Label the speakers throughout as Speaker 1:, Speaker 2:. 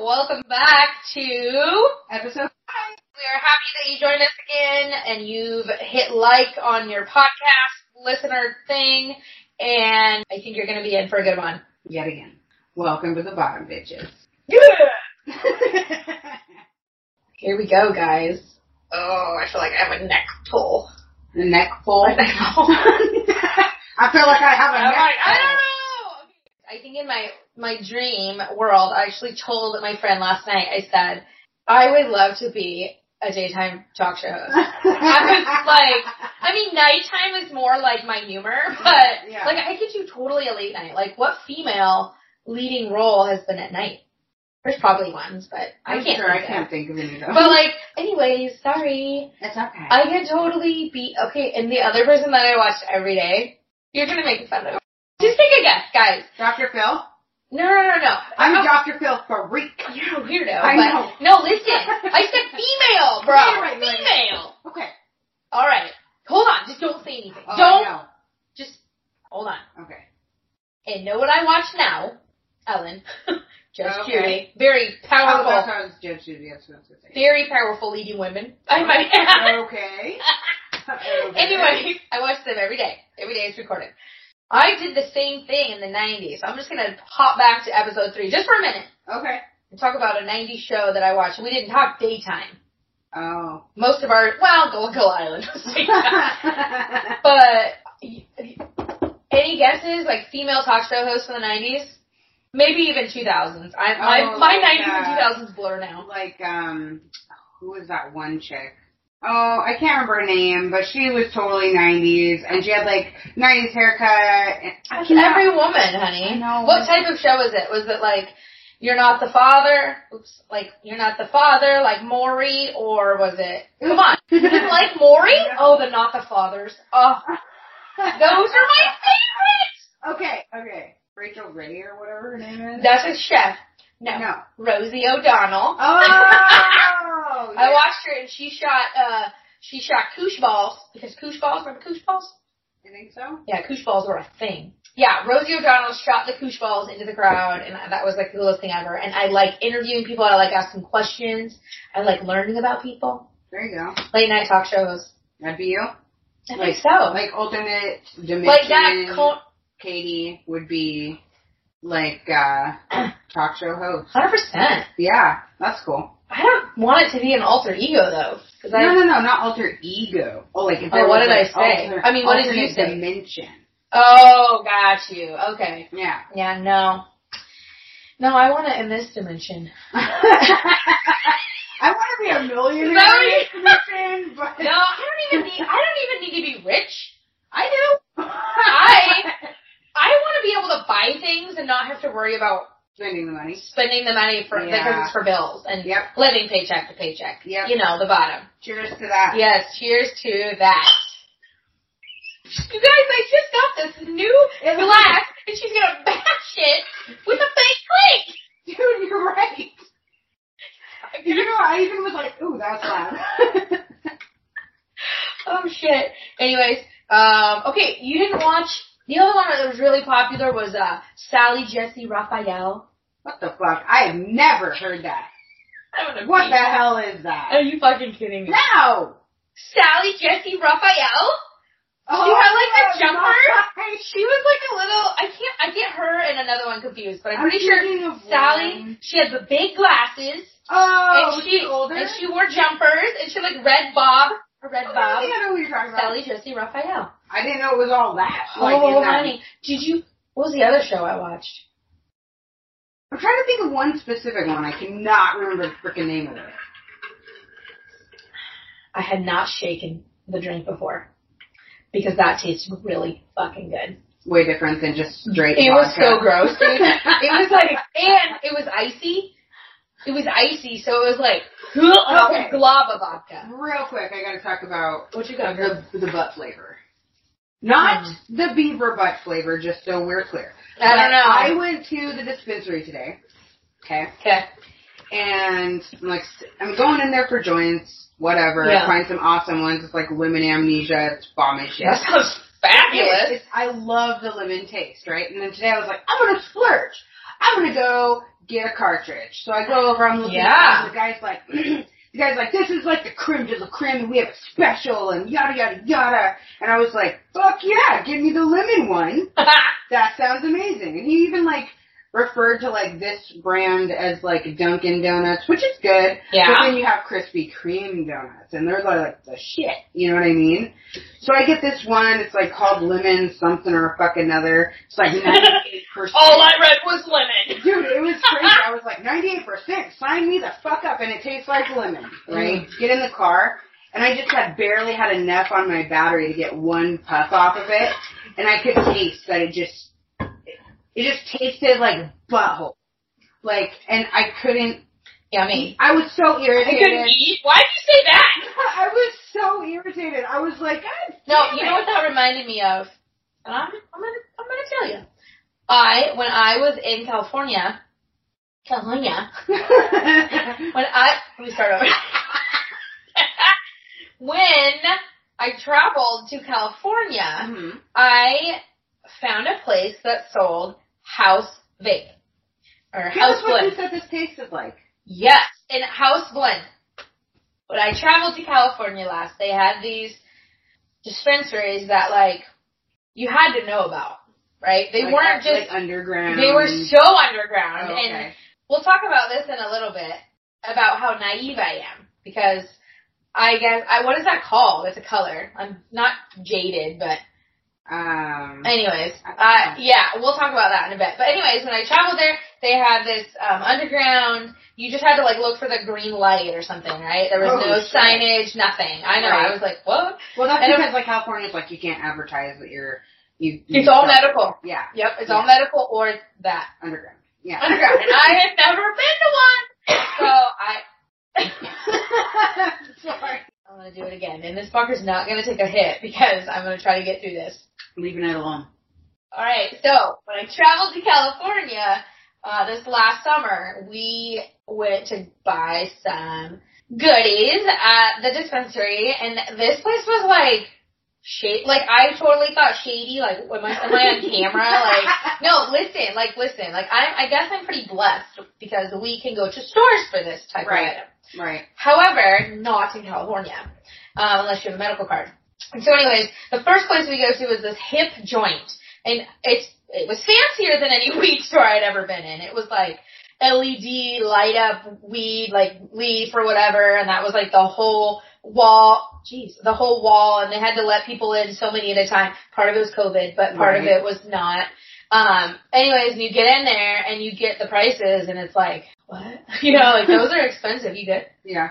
Speaker 1: welcome back to
Speaker 2: Episode five.
Speaker 1: We are happy that you joined us again and you've hit like on your podcast listener thing and I think you're gonna be in for a good one.
Speaker 2: Yet again. Welcome to the bottom, bitches.
Speaker 1: Yeah. Here we go, guys. Oh, I feel like I have a neck pull.
Speaker 2: the neck pull.
Speaker 1: A neck pull.
Speaker 2: I feel like I have a
Speaker 1: I'm
Speaker 2: neck
Speaker 1: like, I
Speaker 2: pull.
Speaker 1: don't know. I think in my my dream world, I actually told my friend last night. I said I would love to be a daytime talk show host. I was like, I mean, nighttime is more like my humor, but
Speaker 2: Yeah.
Speaker 1: like I could do totally a late night. Like, what female leading role has been at night? There's probably ones, but I
Speaker 2: I'm
Speaker 1: can't.
Speaker 2: sure I
Speaker 1: think of.
Speaker 2: can't think of any though.
Speaker 1: But like, anyways, sorry.
Speaker 2: it's okay.
Speaker 1: I could totally be okay. And the other person that I watched every day, you're gonna make fun of. Just take a guess, guys.
Speaker 2: Dr. Phil?
Speaker 1: No, no, no, no.
Speaker 2: I'm
Speaker 1: Oh,
Speaker 2: Dr. Phil freak.
Speaker 1: You're a weirdo.
Speaker 2: I
Speaker 1: but,
Speaker 2: know.
Speaker 1: No, listen. I said female, bro.
Speaker 2: Right, right, right.
Speaker 1: Female.
Speaker 2: Okay.
Speaker 1: All right. Hold on. Just don't say anything.
Speaker 2: Oh,
Speaker 1: don't.
Speaker 2: no.
Speaker 1: Just hold on.
Speaker 2: Okay.
Speaker 1: And know what I watch now, Ellen? Just
Speaker 2: Okay.
Speaker 1: Judy. Very
Speaker 2: Oh,
Speaker 1: powerful.
Speaker 2: that's how it's Judge Judy. That's what I was gonna say.
Speaker 1: very powerful leading women. I might add.
Speaker 2: Okay. Okay.
Speaker 1: anyway, I watch them every day. Every day it's recorded. I did the same thing in the 90s. I'm just going to hop back to episode 3 just for a minute
Speaker 2: Okay.
Speaker 1: and talk about a 90s show that I watched. We didn't talk daytime.
Speaker 2: Oh.
Speaker 1: Most of our, well, Go Go Island was daytime. but any guesses, like female talk show hosts from the 90s? Maybe even 2000s. I, my,
Speaker 2: Oh,
Speaker 1: my
Speaker 2: like
Speaker 1: 90s and 2000s blur now.
Speaker 2: like um who was that one chick? Oh, I can't remember her name, but she was totally nineties and she had like nineties haircut and I
Speaker 1: That's
Speaker 2: cannot-
Speaker 1: every woman, honey.
Speaker 2: I know.
Speaker 1: What type of show was it? Was it like you're not the father? Oops, like you're not the father, like Maury, or was it? Come on, you didn't like Maury? Oh, the not the fathers. Oh, those are my favorites.
Speaker 2: Okay, okay. Rachel Ray or whatever her name is.
Speaker 1: That's a chef. No,
Speaker 2: no.
Speaker 1: Rosie O'Donnell.
Speaker 2: Oh
Speaker 1: I watched her and she shot. uh She shot koosh balls because koosh balls remember koosh balls?
Speaker 2: You think so?
Speaker 1: Yeah, koosh balls were a thing. Yeah, Rosie O'Donnell shot the koosh balls into the crowd, and that was like the coolest thing ever. And I like interviewing people. I like asking questions. I like learning about people.
Speaker 2: There you go.
Speaker 1: Late night talk shows.
Speaker 2: That'd be you.
Speaker 1: I
Speaker 2: Like-
Speaker 1: think so.
Speaker 2: Like alternate dimension
Speaker 1: Oh. Like that. Col-
Speaker 2: Katie would be like uh talk show host.
Speaker 1: 100%.
Speaker 2: Yeah, that's cool.
Speaker 1: I don't want it to be an alter ego though. Cause
Speaker 2: no,
Speaker 1: I,
Speaker 2: no, no, not alter ego. Oh, like if
Speaker 1: Oh,
Speaker 2: there
Speaker 1: what
Speaker 2: was
Speaker 1: did I
Speaker 2: an
Speaker 1: say?
Speaker 2: alter-
Speaker 1: I mean, what did you
Speaker 2: alternate
Speaker 1: say?
Speaker 2: Dimension.
Speaker 1: oh, got you. Okay.
Speaker 2: Yeah.
Speaker 1: Yeah, no. No, I want it in this dimension.
Speaker 2: I want to be a millionaire.
Speaker 1: Sorry.
Speaker 2: in this dimension, but
Speaker 1: No, I don't even need, I don't even need to be rich.
Speaker 2: I do.
Speaker 1: I- I want to be able to buy things and not have to worry about
Speaker 2: spending the money.
Speaker 1: spending the money for
Speaker 2: Yeah.
Speaker 1: because it's for bills and
Speaker 2: Yep.
Speaker 1: living paycheck to paycheck.
Speaker 2: Yep.
Speaker 1: You know, the bottom.
Speaker 2: Cheers to that.
Speaker 1: Yes, cheers to that. You guys, I just got this new
Speaker 2: It was-
Speaker 1: glass and she's gonna bash it with a fake drink.
Speaker 2: dude, you're right.
Speaker 1: I'm
Speaker 2: You
Speaker 1: gonna-
Speaker 2: know, I even was like, ooh, that's loud.
Speaker 1: Oh shit. Anyways, um, okay, you didn't watch the other one that was really popular was uh Sally Jesse Raphael.
Speaker 2: what the fuck? I have never heard that. What the hell is
Speaker 1: Are
Speaker 2: that?
Speaker 1: you fucking kidding me?
Speaker 2: No.
Speaker 1: Sally Jesse Raphael?
Speaker 2: Oh,
Speaker 1: had, like, the
Speaker 2: my
Speaker 1: jumper?
Speaker 2: gosh.
Speaker 1: She was like a little. I can't. I get her and another one confused, but I'm,
Speaker 2: I'm
Speaker 1: pretty sure
Speaker 2: thinking of
Speaker 1: Sally.
Speaker 2: one.
Speaker 1: She had the big glasses,
Speaker 2: Oh,
Speaker 1: and
Speaker 2: was
Speaker 1: she,
Speaker 2: she older?
Speaker 1: and she wore jumpers, and she had like red bob, a red
Speaker 2: Oh,
Speaker 1: bob.
Speaker 2: yeah, I know who you're talking about.
Speaker 1: Sally Jesse Raphael.
Speaker 2: I didn't know it was all that. Like,
Speaker 1: oh,
Speaker 2: in that-
Speaker 1: honey, did you? What was the other show I watched?
Speaker 2: I'm trying to think of one specific one. I cannot remember the freaking name of it.
Speaker 1: I had not shaken the drink before because that tasted really fucking good.
Speaker 2: Way different than just straight.
Speaker 1: It was
Speaker 2: vodka.
Speaker 1: so gross, dude. It was like, and it was icy. It was icy, so it was like
Speaker 2: Okay.
Speaker 1: a glob of vodka.
Speaker 2: Real quick, I gotta talk about
Speaker 1: What you got, girl?
Speaker 2: the the butt flavor. Not
Speaker 1: Mm.
Speaker 2: the beaver butt flavor, just so we're clear.
Speaker 1: I
Speaker 2: But
Speaker 1: don't know.
Speaker 2: I went to the dispensary today. Okay.
Speaker 1: okay.
Speaker 2: and I'm like I'm going in there for joints, whatever.
Speaker 1: Yeah.
Speaker 2: Find some awesome ones. It's like lemon amnesia. It's bomb as shit.
Speaker 1: That sounds
Speaker 2: Yes,
Speaker 1: fabulous.
Speaker 2: it's- I love the lemon taste, right? And then today I was like, I'm gonna splurge. I'm gonna go get a cartridge. So I go over, I'm looking
Speaker 1: Yeah.
Speaker 2: at it, and the guy's like, the guy's like, this is like the creme de la creme, and we have a special, and yada yada yada. And I was like, fuck yeah, give me the lemon one. That sounds amazing. And he even like referred to like this brand as like Dunkin' Donuts, which is good. But
Speaker 1: yeah.
Speaker 2: then you have Krispy Kreme donuts, and they're like the shit. You know what I mean? So I get this one. It's like called lemon something or fuck another. It's like ninety eight percent.
Speaker 1: All Oh, I read was lemon.
Speaker 2: Dude, it was crazy. I was like, 98%, sign me the fuck up, and it tastes like lemon, right?
Speaker 1: Mm.
Speaker 2: Get in the car, and I just had barely had enough on my battery to get one puff off of it, and I could taste that it just, it just tasted like butthole. Like, and I couldn't,
Speaker 1: Yummy.
Speaker 2: I was so
Speaker 1: I couldn't
Speaker 2: irritated.
Speaker 1: eat. Why did you say that?
Speaker 2: I was so irritated. I was like, God
Speaker 1: No,
Speaker 2: damn
Speaker 1: you
Speaker 2: it.
Speaker 1: know what that reminded me of? And I'm, I'm gonna, I'm gonna tell you. I, when I was in California, California, when I, let me start over. when I traveled to California,
Speaker 2: Mhm.
Speaker 1: I found a place that sold house vape. Or
Speaker 2: Give us
Speaker 1: house
Speaker 2: what you
Speaker 1: blend.
Speaker 2: said this tasted like.
Speaker 1: Yes, and house blend. When I traveled to California last, they had these dispensaries that like you had to know about, right? They
Speaker 2: Like,
Speaker 1: weren't
Speaker 2: like
Speaker 1: just
Speaker 2: underground.
Speaker 1: they were so
Speaker 2: Oh,
Speaker 1: underground and
Speaker 2: okay.
Speaker 1: We'll talk about this in a little bit about how naive I am because I guess I what is that called? It's a color. I'm not jaded, but
Speaker 2: Um,
Speaker 1: anyways, uh, yeah, we'll talk about that in a bit. But anyways, when I traveled there, they had this um, underground. You just had to like look for the green light or something, right? There was
Speaker 2: Oh,
Speaker 1: no
Speaker 2: shit.
Speaker 1: signage, nothing. I know.
Speaker 2: Right.
Speaker 1: I was like, whoa,
Speaker 2: well, that's
Speaker 1: and it-
Speaker 2: because like California's like you can't advertise that you're you. you
Speaker 1: it's all
Speaker 2: sell-
Speaker 1: medical.
Speaker 2: Yeah,
Speaker 1: Yep, it's all medical or that
Speaker 2: underground. Yeah,
Speaker 1: underground, and I had never been to one, so I
Speaker 2: Sorry,
Speaker 1: I'm gonna do it again, and this fucker's not gonna take a hit because I'm gonna try to get through this.
Speaker 2: leaving it alone.
Speaker 1: Alright, so when I traveled to California, uh, this last summer, we went to buy some goodies at the dispensary, and this place was like, shade, like I totally thought shady, like, am I, am I on camera? Like, no, listen, like listen, like I, I guess I'm pretty blessed because we can go to stores for this type
Speaker 2: Right.
Speaker 1: of item.
Speaker 2: right.
Speaker 1: However, not in California, um, unless you have a medical card. And so, anyways, the first place we go to was this hip joint, and it's it was fancier than any weed store I'd ever been in. It was like LED light up weed, like leaf or whatever, and that was like the whole wall. Jeez, the whole wall, and they had to let people in so many at a time. Part of it was COVID, but part of
Speaker 2: Right.
Speaker 1: it was not. Um, anyways, and you get in there and you get the prices, and it's like, what? You know, like those are expensive. You get
Speaker 2: Yeah.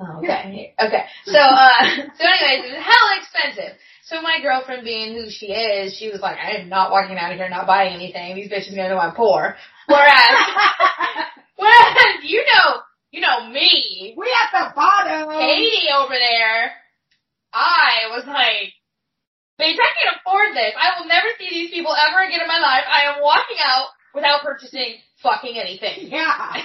Speaker 1: Oh, okay. Okay. So, uh, so anyways, it was hella expensive. So my girlfriend being who she is, she was like, I am not walking out of here not buying anything. These bitches gonna know I'm poor. Whereas, whereas, you know, you know me,
Speaker 2: we at the bottom.
Speaker 1: Um, Katie over there, I was like, bitch, I can afford this. I will never see these people ever again in my life. I am walking out without purchasing fucking anything.
Speaker 2: Yeah.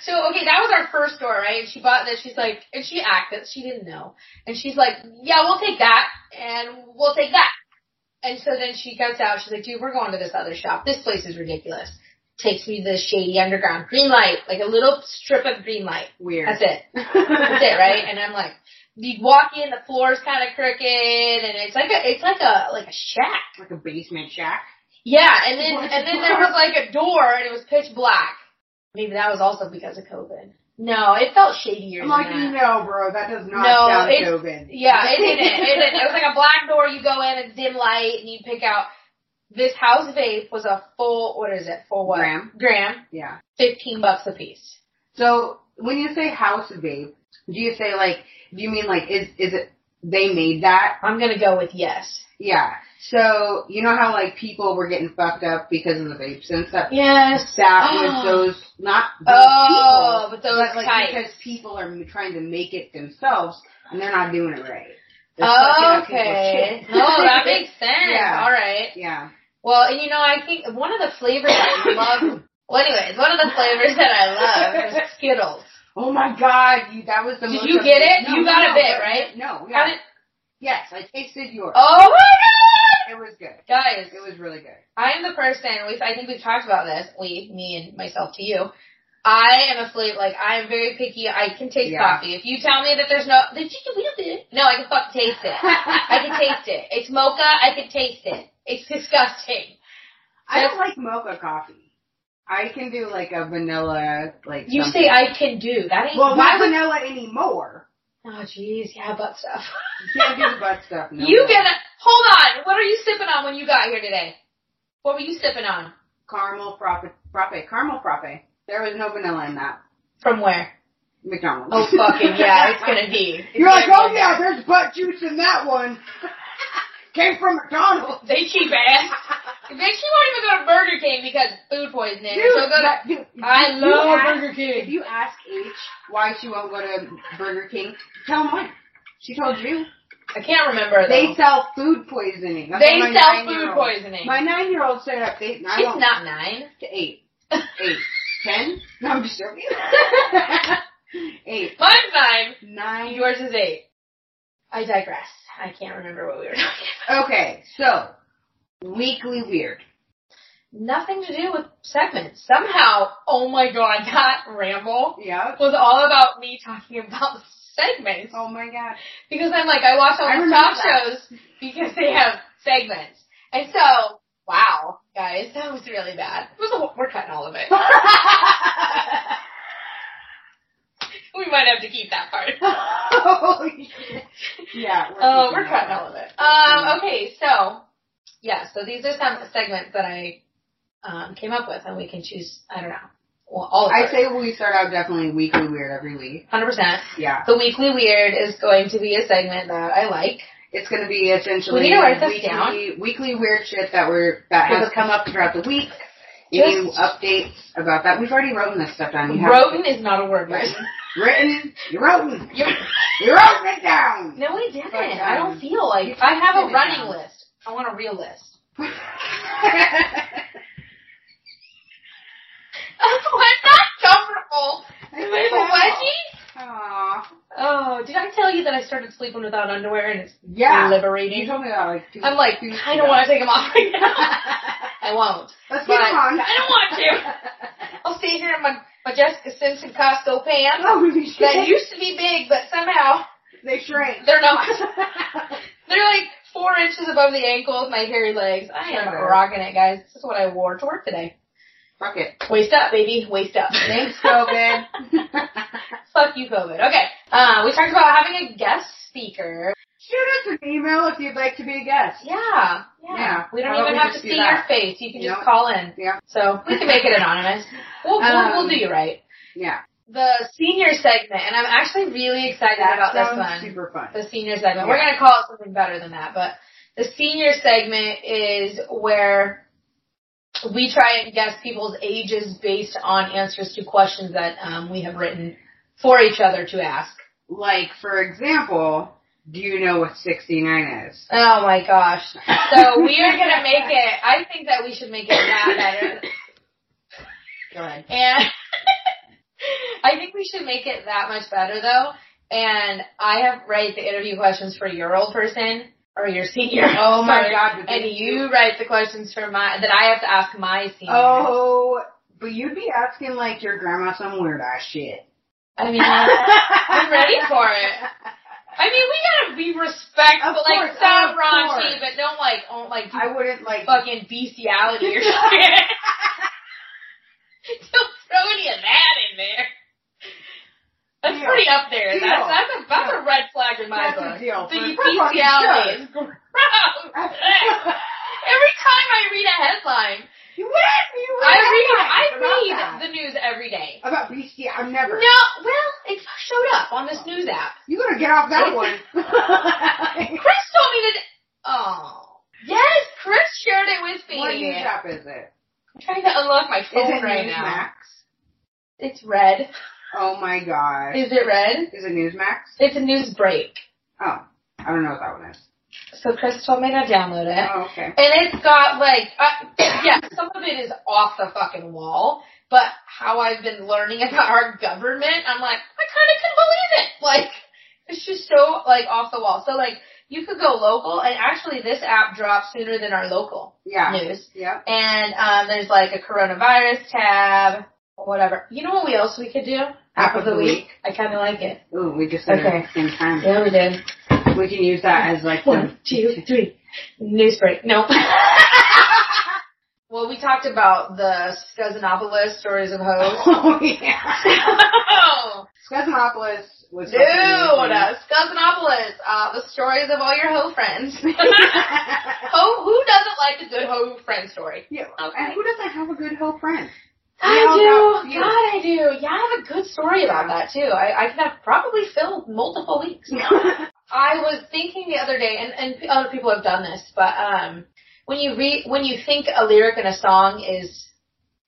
Speaker 1: So okay, that was our first store, right? And she bought this. She's like, and she acted. She didn't know, and she's like, yeah, we'll take that, and we'll take that. And so then she gets out. She's like, dude, we're going to this other shop. This place is ridiculous. Takes me to the shady underground green light, like a little strip of green light.
Speaker 2: Weird.
Speaker 1: That's it. That's it, right? And I'm like, you walk in, the floor's kind of crooked, and it's like a, it's like a, like a shack.
Speaker 2: Like a basement shack.
Speaker 1: Yeah, and then and then there was like a door and it was pitch black. Maybe that was also because of COVID. No, it felt shadier
Speaker 2: I'm
Speaker 1: than
Speaker 2: like,
Speaker 1: that.
Speaker 2: no, bro, that does not
Speaker 1: uh, No,
Speaker 2: sound
Speaker 1: it's-
Speaker 2: COVID.
Speaker 1: Yeah, it didn't. It didn't. It was like a black door. You go in, it's dim light, and you pick out. This house vape was a full. What is it? Full what?
Speaker 2: Gram.
Speaker 1: Gram.
Speaker 2: yeah.
Speaker 1: Fifteen bucks a piece.
Speaker 2: So when you say house vape, do you say like? Do you mean like is is it they made that
Speaker 1: I'm gonna go with yes.
Speaker 2: Yeah. So you know how like people were getting fucked up because of the vapes and stuff.
Speaker 1: Yes.
Speaker 2: That was those not those
Speaker 1: Oh,
Speaker 2: people,
Speaker 1: but those
Speaker 2: but like
Speaker 1: types.
Speaker 2: because people are m- trying to make it themselves and they're not doing it right. They're fucking up people's
Speaker 1: Okay.
Speaker 2: shit.
Speaker 1: Oh, that makes sense.
Speaker 2: Yeah.
Speaker 1: All right.
Speaker 2: yeah.
Speaker 1: Well, and you know, I think one of the flavors I love. Well, anyways, one of the flavors that I love is Skittles.
Speaker 2: Oh my god, you that was the
Speaker 1: Did
Speaker 2: most
Speaker 1: you get it?
Speaker 2: No,
Speaker 1: You got
Speaker 2: no,
Speaker 1: a bit,
Speaker 2: but-
Speaker 1: right?
Speaker 2: No.
Speaker 1: How
Speaker 2: Yeah.
Speaker 1: did?
Speaker 2: yes, I tasted yours.
Speaker 1: Oh my god!
Speaker 2: It was good.
Speaker 1: Guys,
Speaker 2: It was really good.
Speaker 1: I am the person, we I think we've talked about this, we, me and myself to you. I am a flavor, like, I am very picky. I can taste
Speaker 2: Yeah.
Speaker 1: coffee. If you tell me that there's no, that you can whip it. No, I can fucking taste it. I can taste it. It's mocha, I can taste it. It's disgusting.
Speaker 2: I don't like mocha coffee. I can do like a vanilla like.
Speaker 1: You
Speaker 2: something.
Speaker 1: say I can do. That ain't,
Speaker 2: Well,
Speaker 1: why
Speaker 2: not
Speaker 1: would,
Speaker 2: vanilla anymore.
Speaker 1: oh jeez, yeah, butt stuff.
Speaker 2: You can't do butt stuff. No
Speaker 1: you
Speaker 2: more.
Speaker 1: get a, hold on, what are you sipping on when you got here today? What were you sipping on?
Speaker 2: caramel frappe, frappe, caramel frappe. There was no vanilla in that
Speaker 1: From where?
Speaker 2: McDonald's.
Speaker 1: Oh fucking yeah, it's gonna be. It's
Speaker 2: You're like,
Speaker 1: gonna
Speaker 2: oh
Speaker 1: be
Speaker 2: yeah,
Speaker 1: there.
Speaker 2: there's butt juice in that one. Came from McDonald's.
Speaker 1: They cheap ass. Bitch, you won't even go to Burger King because food poisoning.
Speaker 2: Dude,
Speaker 1: so go to.
Speaker 2: that- dude,
Speaker 1: I
Speaker 2: if you
Speaker 1: love
Speaker 2: ask-
Speaker 1: Burger King.
Speaker 2: If you ask H why she won't go to Burger King, tell him why. She told you.
Speaker 1: I can't remember.
Speaker 2: They
Speaker 1: They
Speaker 2: sell food poisoning. That's
Speaker 1: they
Speaker 2: what my
Speaker 1: sell food
Speaker 2: nine-year-old-
Speaker 1: poisoning.
Speaker 2: My nine-year-old said up to eight. and I
Speaker 1: She's
Speaker 2: won't-
Speaker 1: not nine.
Speaker 2: to eight, eight, ten. No, I'm just joking. eight,
Speaker 1: Mine's nine.
Speaker 2: nine.
Speaker 1: Yours is eight. I digress. I can't remember what we were talking. about.
Speaker 2: Okay, so weekly weird.
Speaker 1: Nothing to do with segments. Somehow, oh my god, that ramble
Speaker 2: Yep.
Speaker 1: was all about me talking about segments.
Speaker 2: Oh my god.
Speaker 1: Because I'm like, I watch all
Speaker 2: I
Speaker 1: these
Speaker 2: remember
Speaker 1: talk
Speaker 2: that.
Speaker 1: shows because they have segments. And so, wow, guys, that was really bad. It was a, wh- we're cutting all of it. we might have to keep that part.
Speaker 2: Holy shit. yeah.
Speaker 1: Oh,
Speaker 2: keeping
Speaker 1: we're
Speaker 2: that
Speaker 1: cutting
Speaker 2: one.
Speaker 1: all of it. Um, okay, so, yeah, so these are some segments that I um, came up with, and we can choose, I don't know, well, all of
Speaker 2: I
Speaker 1: it.
Speaker 2: say we start out definitely weekly weird every week.
Speaker 1: 100%.
Speaker 2: Yeah.
Speaker 1: The Weekly Weird is going to be a segment that I like.
Speaker 2: It's gonna be essentially
Speaker 1: We need to write this
Speaker 2: weekly,
Speaker 1: down.
Speaker 2: weekly weird shit that we're that has
Speaker 1: Because-
Speaker 2: come up throughout the week. Any
Speaker 1: Just-
Speaker 2: updates about that? We've already written this stuff down. You have-
Speaker 1: Roten is not a word, right?
Speaker 2: Written. You wrote it.
Speaker 1: You're-
Speaker 2: You wrote it down.
Speaker 1: No, we didn't.
Speaker 2: But, um,
Speaker 1: I don't feel like I have a
Speaker 2: did
Speaker 1: running
Speaker 2: now.
Speaker 1: list. I want a real list.
Speaker 2: I
Speaker 1: I'm not comfortable. Do I have a wedgie?
Speaker 2: Aw.
Speaker 1: Oh, did I tell you that I started sleeping without underwear and it's
Speaker 2: Yeah. You
Speaker 1: liberating?
Speaker 2: told me that like two
Speaker 1: I'm like,
Speaker 2: two weeks
Speaker 1: I don't
Speaker 2: ago.
Speaker 1: want to take them off right now. I won't.
Speaker 2: Let's
Speaker 1: But
Speaker 2: get on.
Speaker 1: I don't want to. I'll stay here in my, my Jessica Simpson Costco pants
Speaker 2: Holy shit.
Speaker 1: that used to be big, but somehow
Speaker 2: Oh, they shrank.
Speaker 1: they're not. They're like four inches above the ankle with my hairy legs. I am
Speaker 2: Sure.
Speaker 1: rocking it, guys. This is what I wore to work today.
Speaker 2: Fuck it.
Speaker 1: Waist up, baby. Waist up.
Speaker 2: Thanks, COVID.
Speaker 1: Fuck you, COVID. Okay. Uh, we talked about having a guest speaker.
Speaker 2: Shoot us an email if you'd like to be a guest.
Speaker 1: Yeah. Yeah.
Speaker 2: Yeah.
Speaker 1: We don't
Speaker 2: Why don't
Speaker 1: even
Speaker 2: we
Speaker 1: have to
Speaker 2: just do
Speaker 1: see your
Speaker 2: that?
Speaker 1: face. You can just
Speaker 2: Yep.
Speaker 1: call in.
Speaker 2: Yeah.
Speaker 1: So we can make it anonymous. We'll, we'll,
Speaker 2: Um,
Speaker 1: we'll do you right.
Speaker 2: Yeah.
Speaker 1: The senior segment, and I'm actually really excited about this
Speaker 2: sounds
Speaker 1: one.
Speaker 2: super fun.
Speaker 1: The senior segment. We're gonna call it something better than that, but the senior segment is where we try and guess people's ages based on answers to questions that um, we have written for each other to ask.
Speaker 2: Like, for example, do you know what 69 is?
Speaker 1: Oh my gosh. So we are gonna make it. I think that we should make it that better.
Speaker 2: Go ahead.
Speaker 1: And I think we should make it that much better though. And I have write the interview questions for your old person or your senior.
Speaker 2: Oh my
Speaker 1: Sorry.
Speaker 2: god. but
Speaker 1: And
Speaker 2: then
Speaker 1: you write the questions for my that I have to ask my senior.
Speaker 2: Oh, but you'd be asking like your grandma some weird ass shit.
Speaker 1: I mean, I I'm ready for it. mean, we gotta be respectful.
Speaker 2: Of
Speaker 1: like,
Speaker 2: course,
Speaker 1: sound
Speaker 2: of
Speaker 1: raunchy,
Speaker 2: course.
Speaker 1: but don't like, don't like do
Speaker 2: I wouldn't like.
Speaker 1: fucking bestiality or shit. don't throw any of that in there. That's
Speaker 2: Deal.
Speaker 1: pretty up there. That's
Speaker 2: Deal.
Speaker 1: that's a, that's a red flag in my
Speaker 2: That's a
Speaker 1: book.
Speaker 2: deal.
Speaker 1: The
Speaker 2: For- for fucking
Speaker 1: bestiality is gross. Every time I read a headline,
Speaker 2: you wouldn't. You
Speaker 1: I
Speaker 2: wouldn't
Speaker 1: read I
Speaker 2: like
Speaker 1: read
Speaker 2: about that.
Speaker 1: the news every day.
Speaker 2: about BC. I'm never.
Speaker 1: No, well, it showed up on this news app.
Speaker 2: You gotta get off that one.
Speaker 1: Chris told me that. Oh, yes, Chris shared it with me.
Speaker 2: what news app is it?
Speaker 1: I'm trying to unlock my
Speaker 2: Is
Speaker 1: phone
Speaker 2: it
Speaker 1: right now.
Speaker 2: Newsmax?
Speaker 1: It's red.
Speaker 2: Oh my god.
Speaker 1: Is it red?
Speaker 2: Is it Newsmax?
Speaker 1: It's a news break.
Speaker 2: Oh, I don't know what that one is.
Speaker 1: So Chris told me to download it.
Speaker 2: Oh, okay.
Speaker 1: And it's got like, uh, yeah, some of it is off the fucking wall, but how I've been learning about our government, I'm like, I kind of can believe it. Like, it's just so like off the wall. So like, you could go local, and actually this app drops sooner than our local
Speaker 2: Yeah.
Speaker 1: news.
Speaker 2: Yep.
Speaker 1: And um, there's like a coronavirus tab, whatever. You know what we else we could do? App of the week. I kind of like it.
Speaker 2: Ooh, we just said
Speaker 1: Okay.
Speaker 2: it at the same time.
Speaker 1: Yeah, we did.
Speaker 2: We can use that as like the
Speaker 1: One, two, three. News break. No. well, we talked about the Scuzzinopolis stories of hoes.
Speaker 2: Oh yeah.
Speaker 1: oh,
Speaker 2: Cosmopolis was
Speaker 1: dude, Scuzzinopolis, uh, the stories of all your hoe friends. ho, who doesn't like a good hoe friend story?
Speaker 2: yeah.
Speaker 1: Okay.
Speaker 2: And who doesn't have a good hoe friend?
Speaker 1: I
Speaker 2: Yeah, about
Speaker 1: do.
Speaker 2: you.
Speaker 1: God, I do. Yeah, I have a good story about that too. I, I could have probably filled multiple weeks. I was thinking the other day, and, and other people have done this, but um, when you re- when you think a lyric in a song is,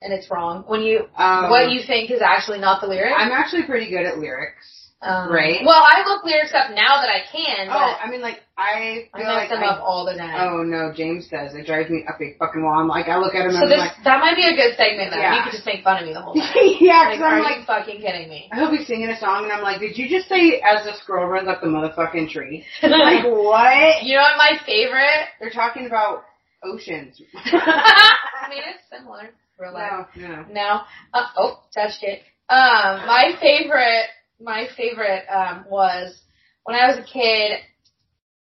Speaker 1: and it's wrong, when you
Speaker 2: um,
Speaker 1: what you think is actually not the lyric.
Speaker 2: I'm actually pretty good at lyrics.
Speaker 1: um,
Speaker 2: right.
Speaker 1: Well, I look lyrics up now that I can,
Speaker 2: Oh,
Speaker 1: but
Speaker 2: I mean, like I
Speaker 1: I mess
Speaker 2: feel Oh, like
Speaker 1: them
Speaker 2: I-
Speaker 1: up all the time.
Speaker 2: oh no, James does. It drives me up a fucking wall. I'm like, I look at him
Speaker 1: so
Speaker 2: and
Speaker 1: this
Speaker 2: I'm like,
Speaker 1: that might be a good segment though.
Speaker 2: Yeah.
Speaker 1: You could just make fun of me the whole time.
Speaker 2: yeah,
Speaker 1: like,
Speaker 2: because
Speaker 1: are you
Speaker 2: I'm like,
Speaker 1: fucking kidding me?
Speaker 2: I hope he's singing a song, and I'm like, did you just say as this girl runs up the motherfucking tree? like what?
Speaker 1: you know what my favorite?
Speaker 2: They're talking about oceans.
Speaker 1: I mean, it's similar. Real life.
Speaker 2: no, no.
Speaker 1: No. Uh, oh, touched it. Um, my favorite, my favorite um, was when I was a kid.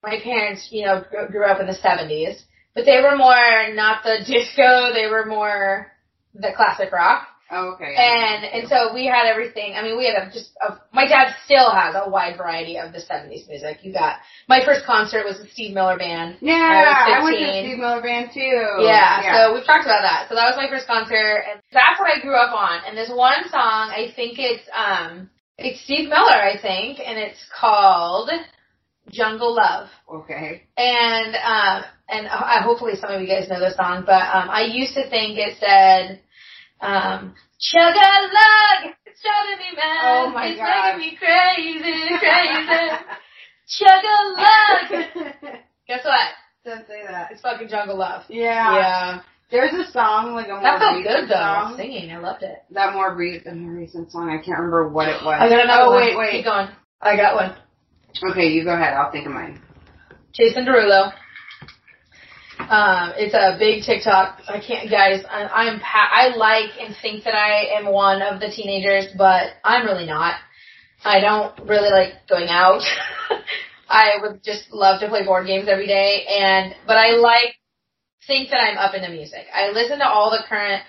Speaker 1: My parents, you know, grew, grew up in the '70s, but they were more not the disco. They were more the classic rock.
Speaker 2: Oh, okay.
Speaker 1: And and so we had everything. I mean, we had a, just a, my dad still has a wide variety of the '70s music. You got my first concert was the Steve Miller Band.
Speaker 2: Yeah,
Speaker 1: I
Speaker 2: I,
Speaker 1: was
Speaker 2: went to
Speaker 1: 15.
Speaker 2: Steve Miller Band too.
Speaker 1: Yeah, so we've talked about that. So that was my first concert, and that's what I grew up on. And there's one song, I think it's um, it's Steve Miller, I think, and it's called Jungle Love.
Speaker 2: okay.
Speaker 1: And um, and I hopefully some of you guys know this song, but um, I used to think it said, um, chug a lug, it's driving me mad,
Speaker 2: Oh my
Speaker 1: it's
Speaker 2: God.
Speaker 1: making me crazy, crazy, chug a lug. Guess what?
Speaker 2: Don't say that.
Speaker 1: It's fucking Jungle Love.
Speaker 2: Yeah.
Speaker 1: yeah.
Speaker 2: There's a song like a more
Speaker 1: That felt
Speaker 2: recent
Speaker 1: good though.
Speaker 2: song.
Speaker 1: Singing, I loved it.
Speaker 2: That more re- the more recent song. I can't remember what it was.
Speaker 1: I got another
Speaker 2: oh
Speaker 1: one.
Speaker 2: wait,
Speaker 1: Keep
Speaker 2: wait.
Speaker 1: going. I got one.
Speaker 2: Okay, you go ahead. I'll think of mine.
Speaker 1: Jason Derulo. Um, it's a big TikTok. I can't, guys. I, I'm pa- I like and think that I am one of the teenagers, but I'm really not. I don't really like going out. I would just love to play board games every day, and but I like think that I'm up into music. I listen to all the current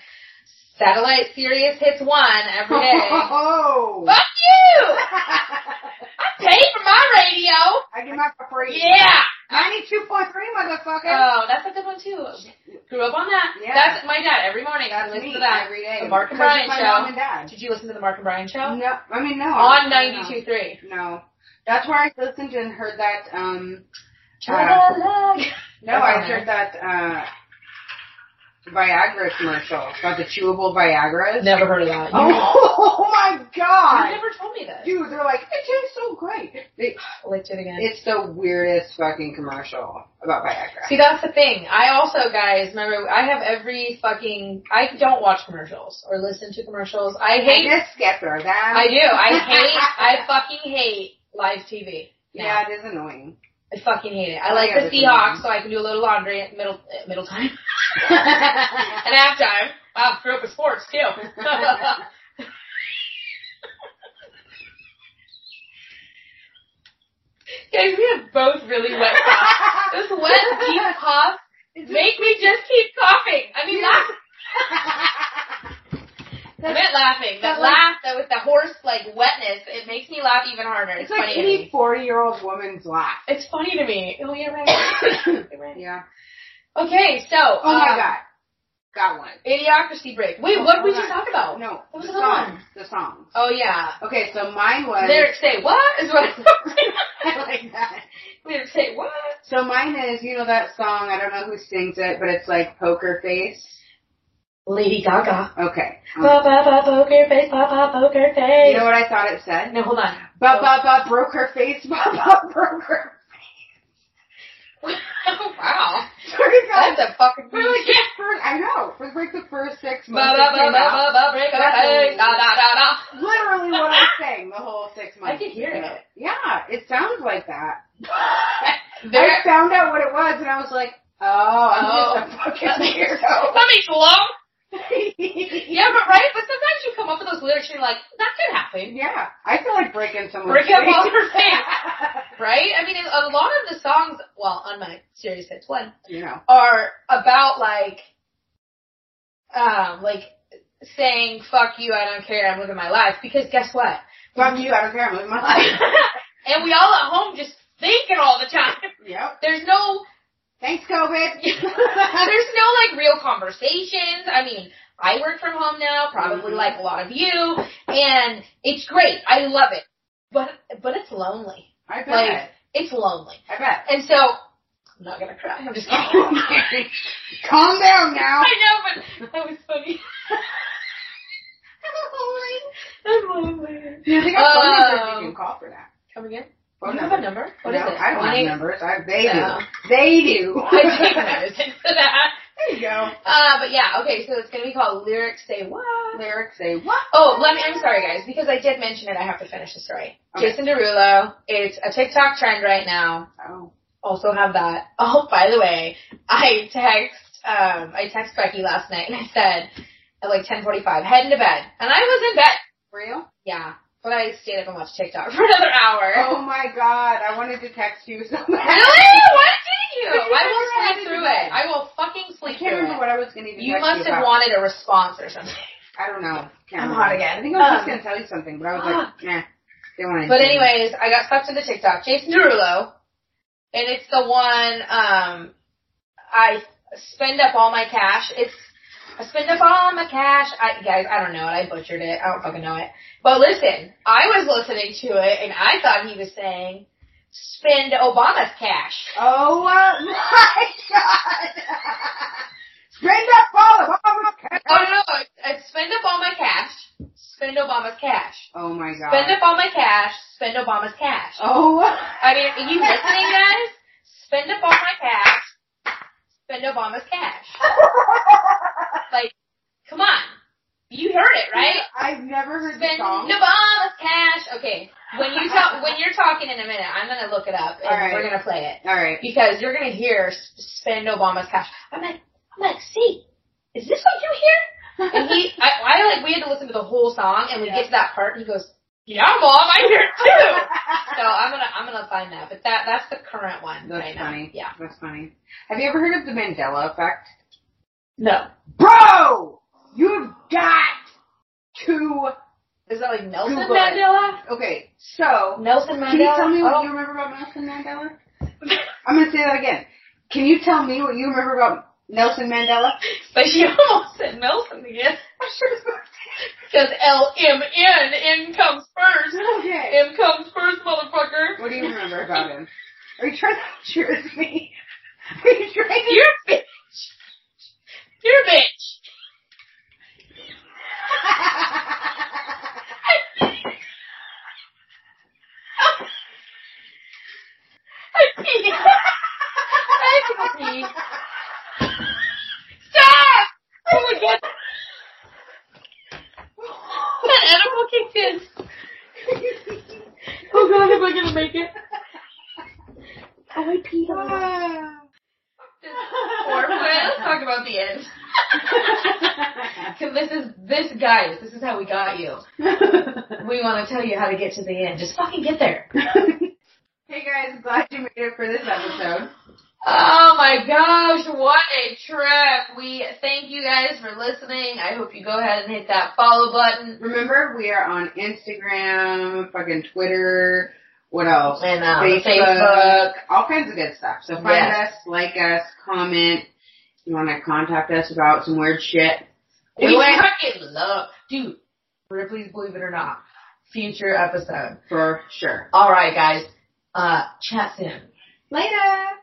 Speaker 1: satellite Sirius hits one every day.
Speaker 2: Oh.
Speaker 1: Fuck you!
Speaker 2: I
Speaker 1: I paid for my radio.
Speaker 2: get my for free.
Speaker 1: Yeah.
Speaker 2: Ninety-two point three, motherfucker.
Speaker 1: Oh, that's a good one too. Grew up on that.
Speaker 2: Yeah.
Speaker 1: That's my dad every morning. I
Speaker 2: That's
Speaker 1: listen
Speaker 2: me
Speaker 1: to that.
Speaker 2: every day.
Speaker 1: The Mark and
Speaker 2: Because
Speaker 1: Brian
Speaker 2: of my
Speaker 1: show.
Speaker 2: mom and dad.
Speaker 1: Did you listen to the Mark and Brian show?
Speaker 2: No, I mean no.
Speaker 1: On
Speaker 2: No.
Speaker 1: 92.3.
Speaker 2: No, that's where I listened and heard that. Um,
Speaker 1: Cha-la-la.
Speaker 2: no,
Speaker 1: That's
Speaker 2: I
Speaker 1: on there.
Speaker 2: heard that uh, Viagra commercial about the chewable Viagra.
Speaker 1: Never heard of that. You,
Speaker 2: Oh, my
Speaker 1: you
Speaker 2: god,
Speaker 1: never told me this.
Speaker 2: dude, they're like it tastes so great. They,
Speaker 1: licked it again.
Speaker 2: it's the weirdest fucking commercial about Viagra.
Speaker 1: See, that's the thing. I also, guys, remember, I have every fucking, I don't watch commercials or listen to commercials. I hate,
Speaker 2: I just skip through that.
Speaker 1: I do. I hate, I fucking hate live TV. now.
Speaker 2: yeah, it is annoying.
Speaker 1: I fucking hate it. I
Speaker 2: I
Speaker 1: like the
Speaker 2: understand.
Speaker 1: Seahawks, so I can do a little laundry at middle at middle time and halftime. Wow, grew up with sports too. Guys, we have both really wet coughs. This wet deep cough make me just keep coughing. I mean, laugh. I meant laughing. That
Speaker 2: That's like-
Speaker 1: laugh, that with the horse like wetness, it makes me laugh even harder. It's,
Speaker 2: It's like
Speaker 1: funny to
Speaker 2: any
Speaker 1: me.
Speaker 2: forty-year-old woman's laugh.
Speaker 1: It's funny to me. Oh, you're right. You're right.
Speaker 2: Yeah.
Speaker 1: Okay, so
Speaker 2: Oh my
Speaker 1: um,
Speaker 2: god, got one.
Speaker 1: Idiocracy break. Wait,
Speaker 2: Oh,
Speaker 1: what did we
Speaker 2: hold
Speaker 1: just
Speaker 2: on.
Speaker 1: talk about?
Speaker 2: No,
Speaker 1: What was
Speaker 2: the
Speaker 1: the
Speaker 2: song.
Speaker 1: one?
Speaker 2: The song.
Speaker 1: Oh yeah.
Speaker 2: Okay, so mine was
Speaker 1: Lyrics say what is what
Speaker 2: I like that.
Speaker 1: lyrics say what?
Speaker 2: So mine is, you know that song, I don't know who sings it, but it's like Poker Face.
Speaker 1: Lady Gaga.
Speaker 2: Okay. Um,
Speaker 1: Ba ba ba poker face, ba ba poker face.
Speaker 2: you know what I thought it said?
Speaker 1: no, hold on.
Speaker 2: Ba ba ba broke her face, ba ba broke her
Speaker 1: wow.
Speaker 2: Swear to God.
Speaker 1: That's a fucking
Speaker 2: For like the first, I know, for like the first six
Speaker 1: Ba
Speaker 2: months.
Speaker 1: ba
Speaker 2: it
Speaker 1: ba
Speaker 2: came
Speaker 1: ba
Speaker 2: out.
Speaker 1: ba ba break a face. Da da da da.
Speaker 2: Literally what I sang the whole six months.
Speaker 1: I could hear it.
Speaker 2: Yeah, it sounds like that.
Speaker 1: There-
Speaker 2: I found out what it was, and I was like, oh, I'm just a
Speaker 1: Oh.
Speaker 2: fucking weirdo.
Speaker 1: Let me alone. Yeah, but right? But sometimes you come up with those lyrics and you're like, that could happen.
Speaker 2: yeah, I feel like breaking someone's
Speaker 1: Break up
Speaker 2: face.
Speaker 1: all her face. Right? I mean, a lot of the songs, well, on my Serious Hits one,
Speaker 2: you know.
Speaker 1: are about like, um, like saying, fuck you, I don't care, I'm living my life. Because guess what?
Speaker 2: Fuck you, I don't care, I'm living my life.
Speaker 1: and we all at home just thinking all the time.
Speaker 2: yep.
Speaker 1: There's no,
Speaker 2: Thanks, COVID.
Speaker 1: there's no like real conversations. I mean, I work from home now, probably
Speaker 2: Mhm.
Speaker 1: like a lot of you, and it's great. I love it. But, but it's lonely.
Speaker 2: I bet.
Speaker 1: Like, it's lonely.
Speaker 2: I bet.
Speaker 1: And so, I'm not gonna cry, I'm just kidding.
Speaker 2: Calm down now.
Speaker 1: I know, but that was funny. I'm lonely.
Speaker 2: You think
Speaker 1: Um,
Speaker 2: I'm you can call for that.
Speaker 1: Come again?
Speaker 2: Phone
Speaker 1: you
Speaker 2: number.
Speaker 1: have a number? What is
Speaker 2: no,
Speaker 1: it?
Speaker 2: I don't have
Speaker 1: 1-8
Speaker 2: numbers. I, they
Speaker 1: No.
Speaker 2: do. They do.
Speaker 1: I take medicine for that.
Speaker 2: there you go.
Speaker 1: Uh, but yeah, okay, so it's gonna be called Lyrics Say What?
Speaker 2: Lyrics say what?
Speaker 1: Oh, let me, I'm sorry guys, because I did mention it, I have to finish the story.
Speaker 2: Okay.
Speaker 1: Jason Derulo, it's a TikTok trend right now.
Speaker 2: Oh.
Speaker 1: also have that. Oh, by the way, I text um I text Becky last night and I said at like ten forty five, heading to bed. And I was in bed.
Speaker 2: Real?
Speaker 1: Yeah. But I stayed up and watched TikTok for another hour.
Speaker 2: Oh my god, I wanted to text you so
Speaker 1: Really?
Speaker 2: much.
Speaker 1: What did you?
Speaker 2: But you
Speaker 1: I
Speaker 2: never
Speaker 1: will
Speaker 2: had
Speaker 1: sleep
Speaker 2: to
Speaker 1: through
Speaker 2: do
Speaker 1: it.
Speaker 2: that.
Speaker 1: I will fucking
Speaker 2: I
Speaker 1: sleep
Speaker 2: can't
Speaker 1: through
Speaker 2: remember
Speaker 1: it.
Speaker 2: what I was going to text
Speaker 1: You must have
Speaker 2: about.
Speaker 1: wanted a response or something.
Speaker 2: I don't know. Can't
Speaker 1: I'm
Speaker 2: remember.
Speaker 1: hot again.
Speaker 2: I think I was
Speaker 1: Um, ah.
Speaker 2: just going to tell you something, but I was like, nah. They wanted
Speaker 1: But anyways, I got sucked into TikTok. Jason Derulo, and it's the one um I spend up all my cash. It's I spend up all my cash. I guys, I don't know it. I butchered it. I don't fucking know it. But listen, I was listening to it and I thought he was saying spend Obama's cash.
Speaker 2: Oh uh, my god! Spend up all of all of
Speaker 1: Oh no, no, it's, it's spend up all my cash. Spend Obama's cash.
Speaker 2: Oh my god.
Speaker 1: Spend up all my cash. Spend Obama's cash.
Speaker 2: Oh.
Speaker 1: I mean, are you listening, guys? Spend up all my cash. Spend Obama's cash. Like, come on. You heard it, right?
Speaker 2: I've never heard the
Speaker 1: Spend
Speaker 2: song.
Speaker 1: Obama's cash. Okay. When you talk, when you're talking in a minute, I'm gonna look it up and
Speaker 2: All right.
Speaker 1: we're gonna play it
Speaker 2: All right.
Speaker 1: because you're gonna hear s- "Spend Obama's cash." I'm like, I'm like, see, is this what you hear? And he, I, I like, we had to listen to the whole song, and we
Speaker 2: Yeah.
Speaker 1: get to that part, and he goes, "Yeah, mom, I hear it too." So I'm gonna I'm gonna find that, but that that's the current one
Speaker 2: That's
Speaker 1: right now.
Speaker 2: funny.
Speaker 1: Yeah.
Speaker 2: That's funny. Have you ever heard of the Mandela effect?
Speaker 1: No.
Speaker 2: Bro! You've got to.
Speaker 1: Is that like Nelson
Speaker 2: Google it.
Speaker 1: Mandela?
Speaker 2: Okay, so.
Speaker 1: Nelson Mandela.
Speaker 2: Can you tell me what
Speaker 1: Oh.
Speaker 2: you remember about Nelson Mandela? I'm gonna say that again. Can you tell me what you remember about Nelson Mandela?
Speaker 1: but she almost said Nelson again
Speaker 2: I should have.
Speaker 1: because L M N N comes first.
Speaker 2: Okay.
Speaker 1: M comes first, motherfucker.
Speaker 2: What do you remember about him? Are you trying to cheers me? Are you trying to?
Speaker 1: You're a bitch. You're a bitch. I pee. I pee. Stop! Oh my god. That animal kicked in. Oh god, am I gonna make it? Oh, I peed Or let's talk about the end. Cause this is this guys, this is how we got you. We want to tell you how to get to the end. Just fucking get there.
Speaker 2: hey guys, glad you made it for this episode.
Speaker 1: Oh my gosh, what a trip. We thank you guys for listening. I hope you go ahead and hit that follow button.
Speaker 2: Remember, we are on Instagram, fucking Twitter, what else?
Speaker 1: And uh,
Speaker 2: Facebook,
Speaker 1: Facebook.
Speaker 2: all kinds of good stuff. So find
Speaker 1: Yes.
Speaker 2: us, like us, comment. You want to contact us about some weird shit? Do
Speaker 1: We
Speaker 2: it
Speaker 1: fucking love, dude. Ripley's Believe It or Not, future episode.
Speaker 2: for sure.
Speaker 1: All right, guys. Uh, chat soon.
Speaker 2: Later.